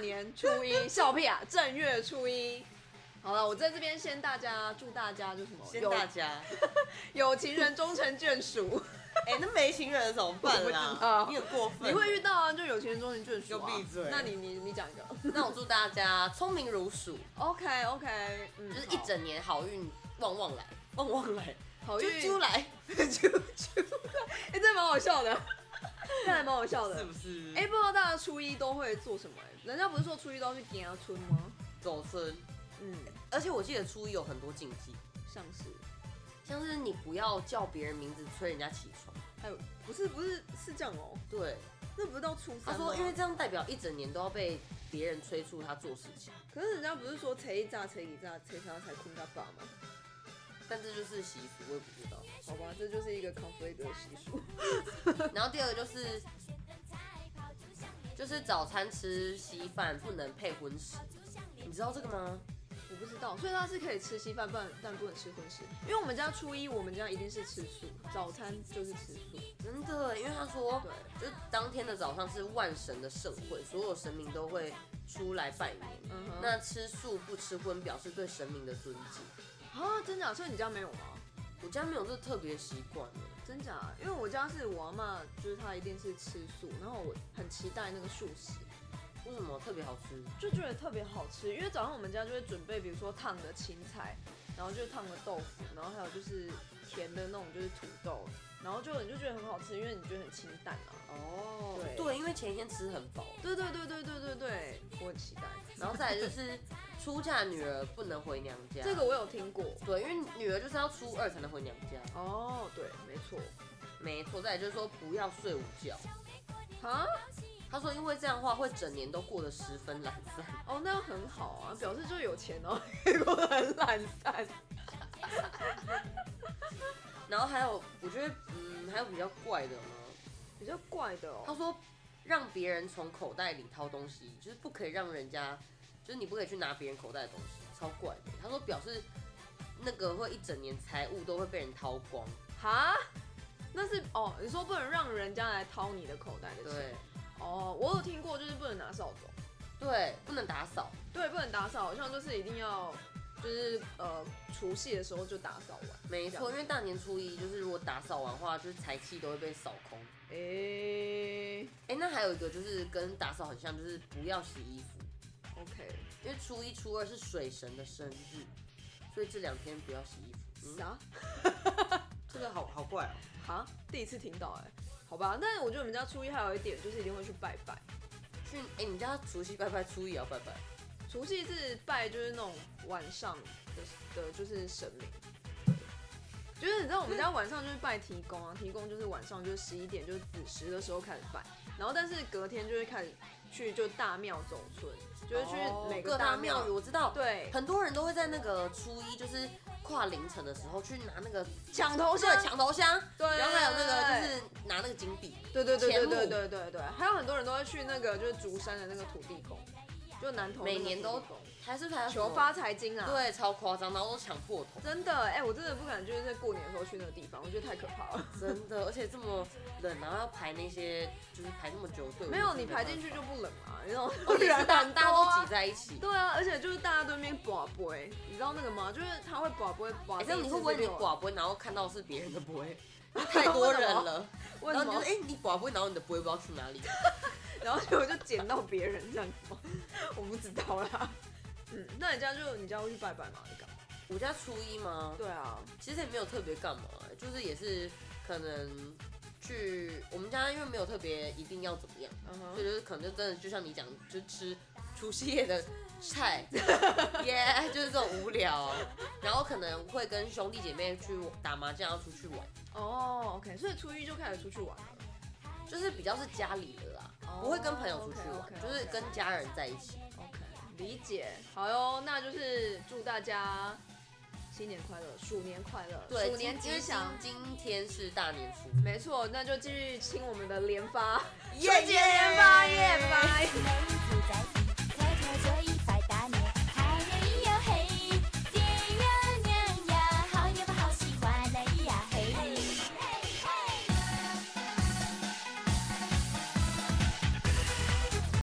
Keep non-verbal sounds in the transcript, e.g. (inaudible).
年初一笑屁啊，正月初一。好了，我在这边先大家祝大家就什么先有大家，有情人终成眷属，啊哎、那没情人怎么办我不知道啦？你很过分。你会遇到啊，就有情人终成眷属、啊。给我闭嘴那你你你讲一个。那我祝大家聪明如鼠， OK OK，嗯，就是一好整年好运旺旺来，旺旺来，好啾运啾 (laughs) 来，啾啾，哎、这蛮好笑的，这还蛮好笑的。是不是？哎、不知道大家初一都会做什么、哎，人家不是说初一都要去点牙村吗？走村。嗯，而且我记得初一有很多禁忌，像是，像是你不要叫别人名字催人家起床。还有不是不是是这样哦、对，那不是到初他三吗说因为这样代表一整年都要被别人催促他做事情，可是人家不是说初一炸、初一炸、初三才困他爸吗？但这就是习俗，我也不知道。好吧，这就是一个 conflict 的习俗。然后第二个就是，就是早餐吃稀饭不能配荤食，你知道这个吗？我不知道，所以他是可以吃稀饭，但但不能吃荤食。因为我们家初一，我们家一定是吃素，早餐就是吃素。真的，欸因为他说对，就是当天的早上是万神的盛会，所有神明都会出来拜年。嗯哼，那吃素不吃荤，表示对神明的尊敬。啊，真假？所以你家没有吗？我家没有这特别习惯欸耶，真假？因为我家是我阿妈，就是她一定是吃素，然后我很期待那个素食，为什么特别好吃？就觉得特别好吃。因为早上我们家就会准备，比如说烫的青菜，然后就是烫的豆腐，然后还有就是甜的那种就是土豆，然后就你就觉得很好吃，因为你觉得很清淡啊。哦对对，因为前一天吃很饱，对对对对对对对，我很期待。然后再来就是出嫁女儿不能回娘家，这个我有听过。对，因为女儿就是要初二才能回娘家，哦，对，没错。没错。再来就是说不要睡午觉，啊，他说因为这样的话会整年都过得十分懒散。哦，那样很好啊，表示就有钱哦，结果很懒散。然后还有，我觉得嗯，还有比较怪的吗？比较怪的他哦，说让别人从口袋里掏东西，就是不可以让人家，就是你不可以去拿别人口袋的东西，超怪的。他说表示那个会一整年财物都会被人掏光，哈，那是哦，你说不能让人家来掏你的口袋的钱。对哦，我有听过，就是不能拿扫帚，对，不能打扫，对，不能打扫，好像就是一定要，就是呃，除夕的时候就打扫完。没错，因为大年初一就是如果打扫完的话，就是财气都会被扫空。诶、哎、那还有一个就是跟打扫很像，就是不要洗衣服， o k 因为初一初二是水神的生日，所以这两天不要洗衣服。嗯，啥、这个好好怪哦、哈，第一次听到哎、好吧，但是我觉得我们家初一还有一点就是一定会去拜拜，去哎、你家除夕拜拜，初一也要拜拜。除夕是拜就是那种晚上的的，就是神明。就是你知道我们家晚上就是拜提公啊，提公就是晚上就是十一点就是子时的时候开始拜，然后但是隔天就会开始去就大庙走村，就是去每哦各个大庙庙宇，我知道，对很多人都会在那个初一，就是跨凌晨的时候去拿那个抢头对像，抢头香，对然后还有那个就是拿那个金币，对对对对前对五对对对，还有很多人都会去那个就是竹山的那个土地公，就南投那个每年土都地公还是还有什么求发，财金啊，，对，超夸张，然后都抢破头，真的哎、我真的不敢就是在过年的时候去那个地方，我觉得太可怕了。真的，而且这么冷，然后要排那些就是排那么久队，没有，你排进去，去就不冷啊，你知道吗？ (laughs) 哦，也是大很多大家啊都挤在一起，对啊，而且就是大家都在那边寡杯，你知道那个吗？就是他会寡杯寡。哎，这样你会不会你寡？寡不会，然后看到是别人的不会， (laughs) 因为太多人了，为然什后你就么哎、？你寡不会，然后你的不会不知道去哪里， (laughs) 然后就我就捡到别人这样子吗？我不知道啦。 (laughs) 嗯，那你家就你家会去拜拜吗？你干嘛？我家初一吗？对啊，其实也没有特别干嘛、欸就是也是可能去我们家，因为没有特别一定要怎么样，嗯所哼，以就是可能就真的就像你讲，就吃除夕夜的菜，耶、 (laughs) 就是这种无聊。然后可能会跟兄弟姐妹去打麻将，要出去玩，哦，OK，所以初一就开始出去玩了。就是比较是家里的啦哦，不会跟朋友出去玩 OK，OK，OK 就是跟家人在一起。 OK，理解。好哟，那就是祝大家新年快乐，鼠年快乐，对，鼠年今吉祥。因为今今天是大年初，没错，那就继续听我们的连发，耶春节连发耶，拜拜。你在